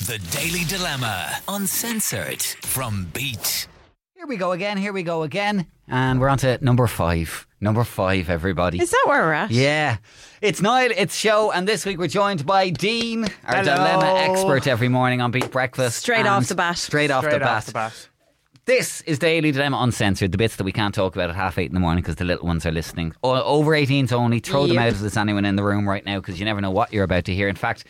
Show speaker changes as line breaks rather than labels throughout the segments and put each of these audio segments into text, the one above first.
The Daily Dilemma, uncensored from Beat.
Here we go again. Here we go again. And we're on to number five. Number five, everybody.
Is that where we're at?
yeah. It's Niall, it's show, and this week we're joined by Dean, our
Hello.
dilemma expert every morning on Beat Breakfast.
Straight
And
off the bat.
Straight off,
Straight
the, bat.
off the bat.
This is Daily Dilemma Uncensored, the bits that we can't talk about at half eight in the morning because the little ones are listening. O- over 18s only. Throw them
Yep.
out if there's anyone in the room right now because you never know what you're about to hear. In fact,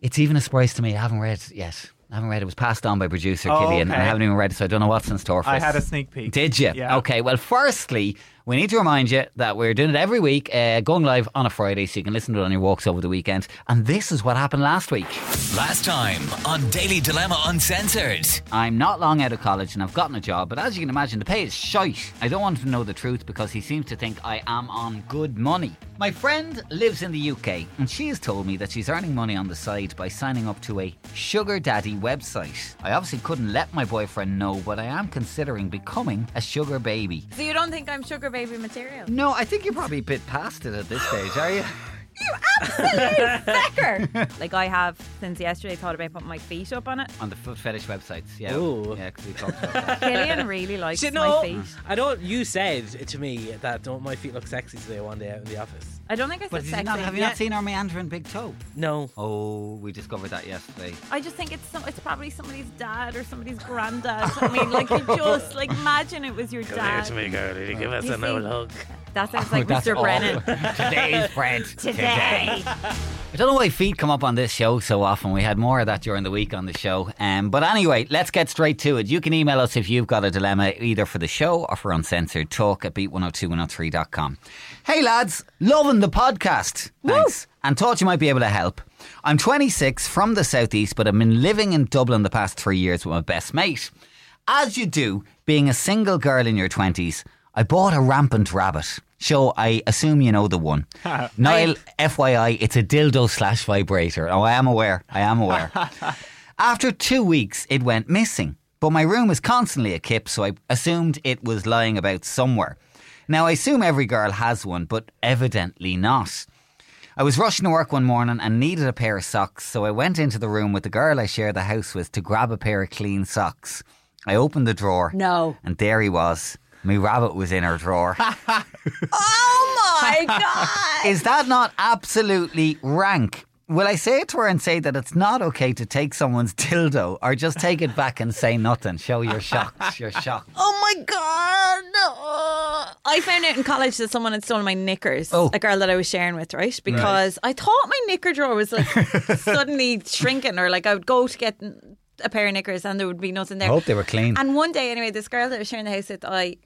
it's even a surprise to me. I haven't read it yet. I haven't read it. It was passed on by producer
Oh,
Killian, and I
okay.
haven't even read it, so I don't know what's in store for
I
us.
had a sneak peek.
Did you?
Yeah.
Okay. Well, firstly, we need to remind you that we're doing it every week, uh, going live on a Friday, so you can listen to it on your walks over the weekend. And this is what happened last week.
Last time on Daily Dilemma Uncensored.
I'm not long out of college and I've gotten a job, but as you can imagine, the pay is shite. I don't want him to know the truth because he seems to think I am on good money. My friend lives in the UK and she has told me that she's earning money on the side by signing up to a sugar daddy website. I obviously couldn't let my boyfriend know, but I am considering becoming a sugar baby.
So you don't think I'm sugar baby material?
No, I think you're probably a bit past it at this stage, are you?
like I have since yesterday thought about putting my feet up on it.
On the foot fetish websites, yeah.
Ooh.
Yeah, 'cause we talked about that.
Killian really likes
Do you
my
know,
feet.
I don't. You said to me that don't my feet look sexy today one day out in the office.
I don't think I
But
said
did you
sexy.
not, have you not seen our meandering big toe?
No.
Oh, we discovered that yesterday.
I just think it's some, it's probably somebody's dad or somebody's granddad. I mean, like you just like imagine it was your dad.
girl. Did you give us
You an see- old
hug?
That sounds like
Oh, That's
Mr.
awful.
Brennan.
Today's bread.
Today.
I don't know why feet come up on this show so often. We had more of that during the week on the show. Um, but anyway, let's get straight to it. You can email us if you've got a dilemma, either for the show or for uncensored talk at beat102103.com. Hey lads, loving the podcast. Thanks. And thought you might be able to help. I'm 26 from the southeast, but I've been living in Dublin the past three years with my best mate. As you do, being a single girl in your 20s, I bought a rampant rabbit. So I assume you know the one. Niall, FYI, it's a dildo slash vibrator. Oh, I am aware. I am aware. After two weeks, it went missing, but my room is constantly a kip, so I assumed it was lying about somewhere. Now, I assume every girl has one, but evidently not. I was rushing to work one morning and needed a pair of socks, so I went into the room with the girl I share the house with to grab a pair of clean socks. I opened the drawer.
No.
And there he was. My rabbit was in her drawer.
Oh my god.
Is that not absolutely rank? Will I say it to her and say that it's not okay to take someone's dildo or just take it back and say nothing? Show your shocked. Your shocked.
Oh my god! Oh. I found out in college that someone had stolen my knickers.
Oh.
A girl that I was sharing with, right? Because I thought my knicker drawer was like suddenly shrinking, or like I would go to get a pair of knickers and there would be nothing there.
they were clean.
And one day, anyway, this girl that I was sharing the house with, I,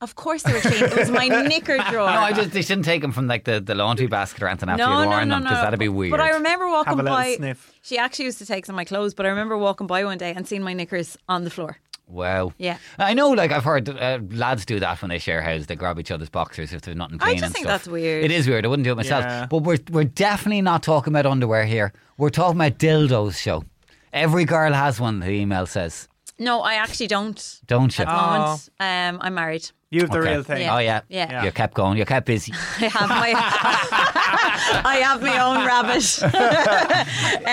of course, they were clean. it was my knicker drawer.
No, I just, they shouldn't take them from like the, the laundry basket or anything after
No,
you'd
no,
worn
no,
them
no.
because that'd be weird.
But I remember walking
Have a little
by.
sniff.
She actually used to take some of my clothes, but I remember walking by one day and seeing my knickers on the floor.
Wow.
Yeah.
I know, like, I've heard uh, lads do that when they share houses. They grab each other's boxers if there's nothing
I
clean
just
and
think
stuff.
that's weird.
It is weird. I wouldn't do it myself.
Yeah.
But we're, we're definitely not talking about underwear here. We're talking about dildos, show. Every girl has one, the email says.
No, I actually don't.
Don't you?
At the moment,
Oh.
um, I'm married.
You have the
Okay.
real thing.
Oh, yeah.
Yeah. Yeah.
You kept going. You kept busy.
I have my I have my own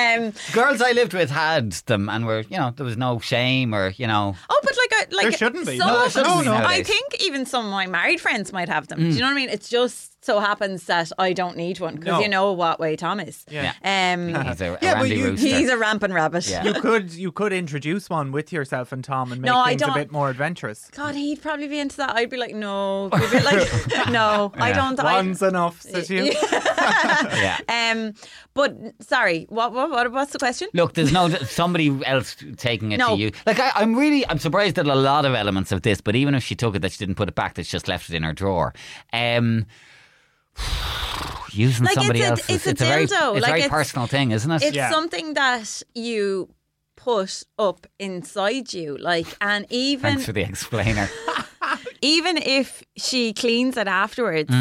rabbit. um,
Girls I lived with had them and were, you know, there was no shame or, you know.
oh, but like, I, like
There shouldn't be.
some
No,
there
of
shouldn't
us-
be nowadays. Mm.
I think even some of my married friends might have them. Do you know what I mean? It's just so happens that I don't need one because
No.
you know what way Tom is.
Yeah.
Um,
He's a, a
Yeah, but
randy
you-
rooster.
he's a rampant rabbit.
Yeah.
You could you could introduce one with yourself and Tom and make
No, I
things
don't.
a bit more adventurous.
God, he'd probably be into that. I'd be like, no, He'd be like, no, I don't. I-
One's enough, says you.
yeah.
um, but sorry, what, what, what, what's the question?
Look, there's no somebody else taking it
No.
to you. Like I, I'm really, I'm surprised at a lot of elements of this. But even if she took it, that she didn't put it back, that she just left it in her drawer. Um, using
Like, it's
somebody
a-
else's,
it's a
very, it's
dildo.
a
Like,
very
it's-
personal thing, isn't it?
it's
Yeah.
something that you put up inside you like and even
Thanks for the explainer. Mm.
even if she cleans it afterwards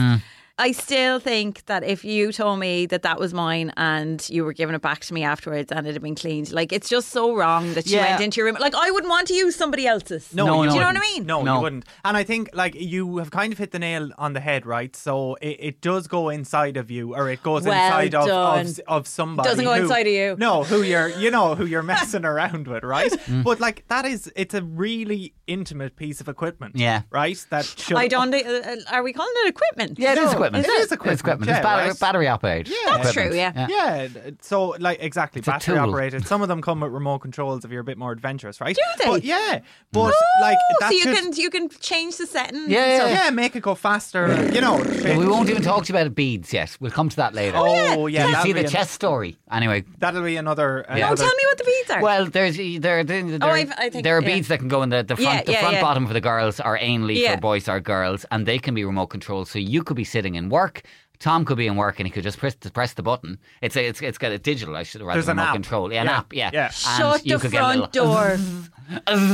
I still think that if you told me that that was mine and you were giving it back to me afterwards and it had been cleaned, like it's just so wrong that you
Yeah.
went into your room. Like I wouldn't want to use somebody else's.
No,
No,
do
no,
you know
I
what I mean?
No,
No.
you wouldn't. And I think like you have kind of hit the nail on the head, right? So it, it does go inside of you, or it goes
Well
inside of,
done.
of of somebody.
Doesn't go
who-
inside of you.
No, who you're you know who you're messing around with, right?
Mm.
But like that is it's a really intimate piece of equipment.
Yeah.
right. That should
I don't. Uh, are we calling it equipment?
Yeah, it is equipment.
No, it is equipment,
It's
yeah,
battery,
right.
battery operated.
That's
equipment.
true, yeah.
Yeah, so like exactly
a
battery
tool.
operated. Some of them come with remote controls if you're a bit more adventurous, right?
Do they?
But yeah, but
Oh,
like that
so you
should-
can you can change the setting.
Yeah,
and
yeah,
stuff.
yeah, make it go faster. You know,
But
fit-
we won't even talk to you about beads yet. We'll come to that later.
Oh yeah,
Did you
that'll
see
be
the
an-
chess story? Anyway,
That'll be another.
Yeah.
Oh,
another
tell me what the beads are.
Well, there's there, there, there,
Oh, I've- I think-
there are
yeah.
beads that can go in the, the front,
Yeah,
the
yeah,
front
yeah.
bottom for the girls are anally
Yeah.
for boys or girls, and they can be remote controlled. So you could be sitting in work. Tom could be in work and he could just press the, press the button. It's a, it's it's got a digital. I should rather
There's
than
an
remote
app.
control. Yeah, an
Yeah,
app. Yeah.
yeah.
Shut
you
the
could
front
get a little,
door.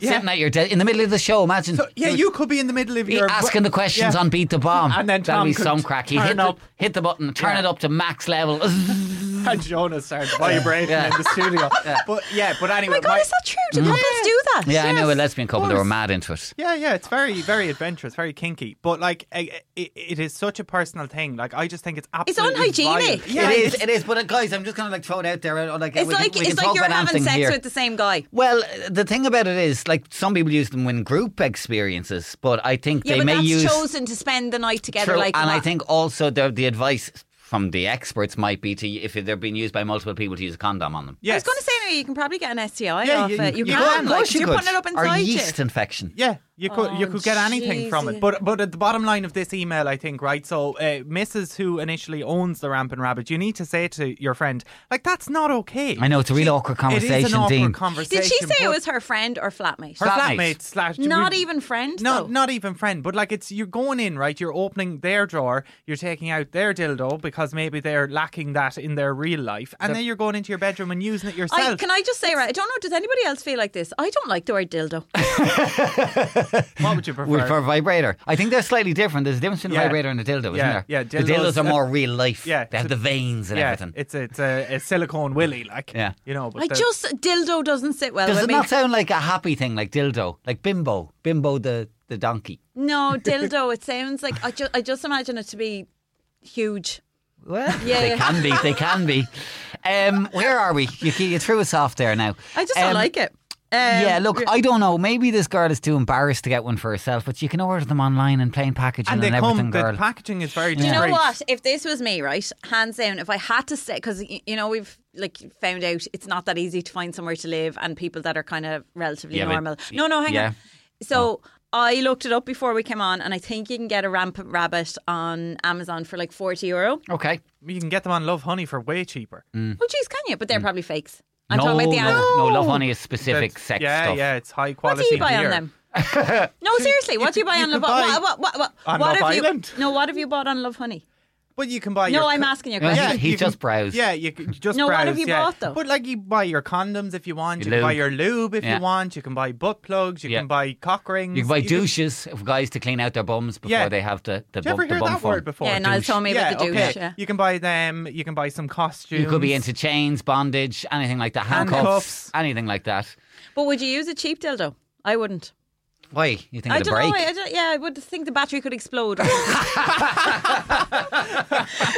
sitting at your desk in the middle of the show. Imagine
yeah, you could be in the middle of
be
your
asking the questions
Yeah.
on Beat the Bomb.
And then
that'll
Tom
be
could
some crack. He'd
turn
hit the,
up.
hit the button, turn
Yeah.
it up to max level.
and Jonah starts vibrating
Yeah.
in the studio. But yeah, but
oh
anyway,
my god,
my-
is that true? Do couples do that?
yeah, I know a
Yes,
lesbian
of
couple. They were
course.
mad into it.
yeah, yeah, it's very, very adventurous, very kinky. But like, I- it, it is such a personal thing. Like, I just think it's absolutely
unhygienic.
vile. Yeah,
it is. It is. But uh, guys, I'm just gonna like throw it out there. uh, Like, uh,
It's
we can-
like
we can
it's
talk
like you're
about
having
anything
sex
here.
with the same guy.
Well, uh, the thing about it is, like, some people use them in group experiences, but I think
Yeah,
they
but
may
that's
use.
chosen to spend the night together.
True,
like
and I
that.
think also the, the advice from the experts might be to if they're being used by multiple people to use a condom on them.
I was
yes.
going to say now you can probably get an STI
Yeah,
off
you-
it. You,
you
Yeah,
can,
of
like,
course
'cause
you
you
could.
putting it up
or
inside
yeast
you.
infection.
Yeah, you could you could get anything from
Oh, jeez.
it. But but at the bottom line of this email, I think right. So uh, Mrs. who initially owns the rampant rabbit, you need to say to your friend like that's not okay.
I know, it's a real awkward
It is
conversation,
an awkward
Dean.
conversation.
Did she say it
but
was her friend or flatmate?
her
flatmate?
flatmate, slash
Not
we-
even friend.
No,
though.
not even friend. But like, it's you're going in right. You're opening their drawer. You're taking out their dildo because maybe they're lacking that in their real life, and then you're going into your bedroom and using it yourself.
I, can I just say, right? I don't know. Does anybody else feel like this? I don't like the word dildo.
what would you prefer?
With- For a vibrator, I think they're slightly different. There's a difference between a
Yeah.
vibrator and a dildo, isn't
Yeah,
there?
yeah,
the dildos
dildos-
are more real life.
Yeah,
they have
so-
the veins and
yeah,
everything.
it's it's a, a silicone willy, like
Yeah.
you know. But
I
the-
just dildo doesn't sit well
Does
with
it
me.
not sound like a happy thing, like dildo, like bimbo, bimbo the the donkey?
no, dildo. It sounds like I just I just imagine it to be huge.
Well,
Yeah,
they
yeah.
can be. They can be. Um, where are we? You, you threw us off there now.
I just don't
Um,
like it. Um,
yeah, look, I don't know. Maybe this girl is too embarrassed to get one for herself, but you can order them online in plain packaging
and
and,
they
everything,
come. The
girl.
packaging is very.
Do you know
discreet.
what? If this was me, right, hands down, if I had to stay, because you know we've like found out it's not that easy to find somewhere to live, and people that are kind of relatively
Yeah, but-
normal. no, no, hang
yeah.
on. So. I looked it up before we came on, and I think you can get a rampant rabbit on Amazon for like forty euro.
okay.
You can get them on Love Honey for way cheaper.
Mm.
Oh, geez, can you? But they're probably fakes. I'm
no,
talking about the
no,
Amazon.
no, love honey is specific
That's-
sex
yeah,
stuff.
yeah, it's high
What
quality.
do you buy
gear.
on them? No, seriously, what do you buy
you
on
could
Love? Honey?
buy
what, what, what,
on
what
Love
have
Island.
you? No, what have you bought on Love Honey?
But you can buy.
No,
your
I'm
co-
asking you a
Yeah,
question.
he
you
just
can-
browsed.
Yeah, you can just
No,
browse.
what have you
yeah.
bought, though?
But like you buy your condoms if you want.
Your
you can buy
lube.
your lube if
Yeah.
you want. You can buy butt plugs. You
Yeah.
can buy cock rings.
You can buy douches for guys to clean out their bums before
Yeah.
they have the, the
Did you
bum,
ever
the
hear
bum
that
phone.
word before?
Yeah, Niall told me about the
Yeah,
douche.
okay.
Yeah.
You can buy them. You can buy some costumes.
You could be into chains, bondage, anything like that, handcuffs,
Handcuffs.
anything like that.
But would you use a cheap dildo? I wouldn't.
Why? You think
I
it'd
don't
break?
know. I, I don't, yeah, I would think the battery could explode. or something.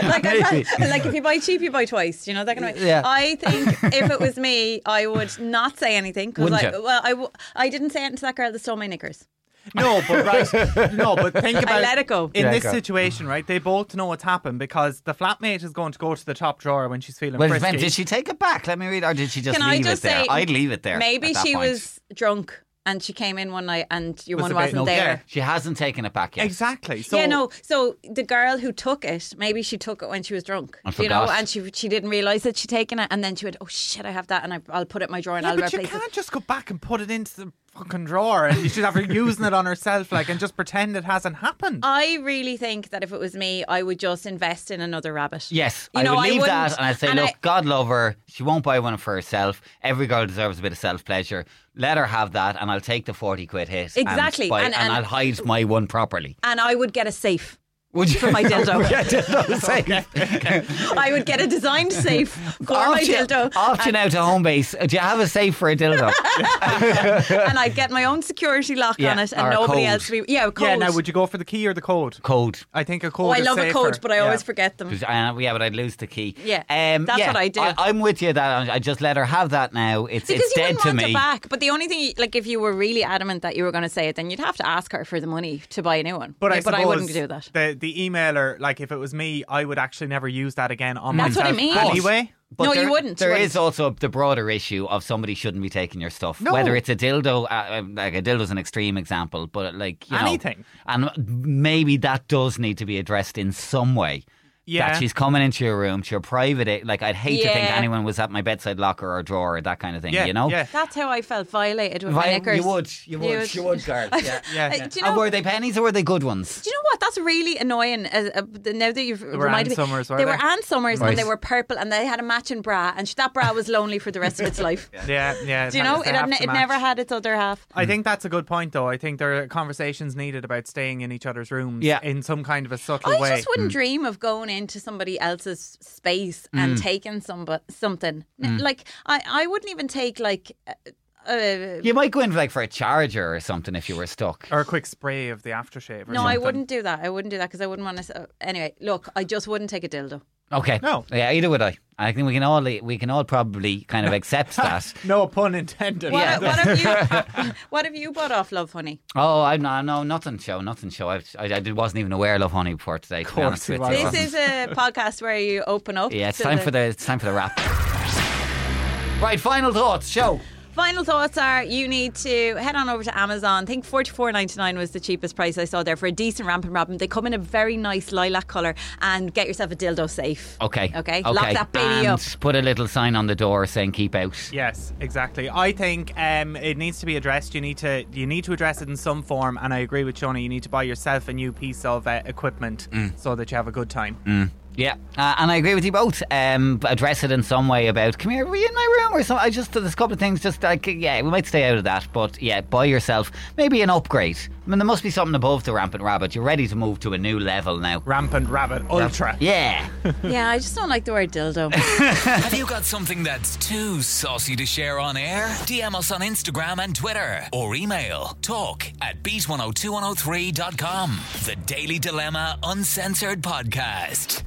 like, I, like if you buy cheap, you buy twice. You know that kind of way.
Yeah.
I think if it was me, I would not say anything because
Wouldn't
I
you?
well, I, w- I didn't say anything to that girl that stole my knickers.
No, but right. No, but think about
let it go.
In
Let it
this
go.
situation, right, they both know what's happened because the flatmate is going to go to the top drawer when she's feeling
Well, it
frisky.
depends. Did she take it back? Let me read, or did she just
Can I
leave
just
it there?
say
I'd leave it there.
Maybe
at that
she
point.
was drunk and she came in one night and your
Was
one
a bit-
wasn't
no,
there.
yeah.
She hasn't taken it back yet.
Exactly. So
yeah, no. So the girl who took it, maybe she took it when she was drunk,
I
you know,
forgot.
and she she didn't realize that she'd taken it, and then she went, "Oh shit, I have that, and I, I'll put it in my drawer and
Yeah,
I'll
but you
replace it."
can't just go back and put it into the fucking drawer and you should have her using it on herself, like, and just pretend it hasn't happened.
I really think that if it was me, I would just invest in another rabbit.
Yes,
You
I
know,
would
I
leave that,
wouldn't-
and I'd say,
and
look,
I-
God love her. She won't buy one for herself. Every girl deserves a bit of self pleasure. Let her have that, and I'll take the forty quid hit. and
Exactly,
buy-
and-
and,
and-
I'll hide my one properly.
And I would get a safe.
Would you?
for my dildo.
yeah, dildo safe.
I would get a designed safe for my
Option-
dildo,
Option out to home base. Do you have a safe for a dildo?
and I'd get my own security lock
Yeah,
on it,
or
and
a
nobody
code.
else. Would be, yeah, a code.
Yeah, now would you go for the key or the code?
Code.
I think a code.
oh, I
is
love a
safer.
code, but I
Yeah.
always forget them.
Uh, yeah, but I'd lose the key. Um,
Yeah, that's what I do.
I, am with you. That I just let her have that now. It's
Because
it's
you
dead
wouldn't
to
want
me.
it back, but the only thing, like, if you were really adamant that you were going to say it, then you'd have to ask her for the money to buy a new one.
But I,
Yeah, but I wouldn't
suppose
do that.
The the emailer, like if it was me, I would actually never use that again on
That's what I
myself
mean.
Anyway,
No,
there-
you wouldn't,
There
you
is also the broader issue of somebody shouldn't be taking your stuff.
No.
Whether it's a dildo, uh, uh, like a dildo's an extreme example, but like you know,
Anything.
and maybe that does need to be addressed in some way.
Yeah.
That she's coming into your room, to your private. a- Like I'd hate to think
Yeah.
anyone was at my bedside locker or drawer or that kind of thing.
yeah,
you know.
yeah.
That's how I felt violated with my
Vi-
knickers.
you would, you would, you would, Garth. Yeah.
Yeah.
Uh, do you
And
know?
were they pennies or were they good ones?
do you know what? That's really annoying. As, uh, the- now that you've
were
reminded
Ann Summers,
me,
were
they
they?
were Ann Summers
Right.
and they were purple, and they had a matching bra, and sh- that bra was lonely for the rest of its life.
yeah, yeah.
Do you
that-
know?
they
It, had,
have
ne-
to
it never
match.
had its other half.
I think that's a good point, though. I think there are conversations needed about staying in each other's rooms
Yeah.
in some kind of a subtle
I
way.
just
Mm.
wouldn't dream of going into somebody else's space
Mm.
and taking some something. N- Like I, I wouldn't even take like. Uh, uh,
You might go in like for a charger or something if you were stuck.
or a quick spray of the aftershave. Or
no, I
something.
wouldn't do that. I wouldn't do that because I wouldn't want to. anyway, look, I just wouldn't take a dildo.
Okay.
No.
Yeah, either would I. I think we can all we can all probably kind of accept that.
No pun intended.
What,
Yeah.
what have you? what have you bought off Love Honey?
Oh, I'm no, no, nothing show, nothing show. I, I, I wasn't even aware of Honey before today. To be
course
honest
you
with
are.
you.
I
This
wasn't.
is a podcast where you open up.
yeah, it's
to
time for the it's time for the wrap. Right, final thoughts. Show.
Final thoughts are you need to head on over to Amazon. I think forty four ninety nine was the cheapest price I saw there for a decent rampant robin. They come in a very nice lilac colour and get yourself a dildo safe.
Okay.
Okay. Lock that baby
and
up.
Put a little sign on the door saying "Keep out."
Yes, exactly. I think um, it needs to be addressed. You need to you need to address it in some form, and I agree with Johnny. You need to buy yourself a new piece of uh, equipment so that you have a good time.
Yeah, uh, and I agree with you both. Um, address it in some way about come here, were you in my room or something? I just there's a couple of things. Just like yeah, we might stay out of that, but yeah, buy yourself maybe an upgrade. I mean, there must be something above the rampant rabbit. You're ready to move to a new level now.
Rampant rabbit ultra.
Yeah,
Yeah, I just don't like the word dildo.
Have you got something that's too saucy to share on air? DM us on Instagram and Twitter or email talk at beat102103.com. The Daily Dilemma Uncensored Podcast.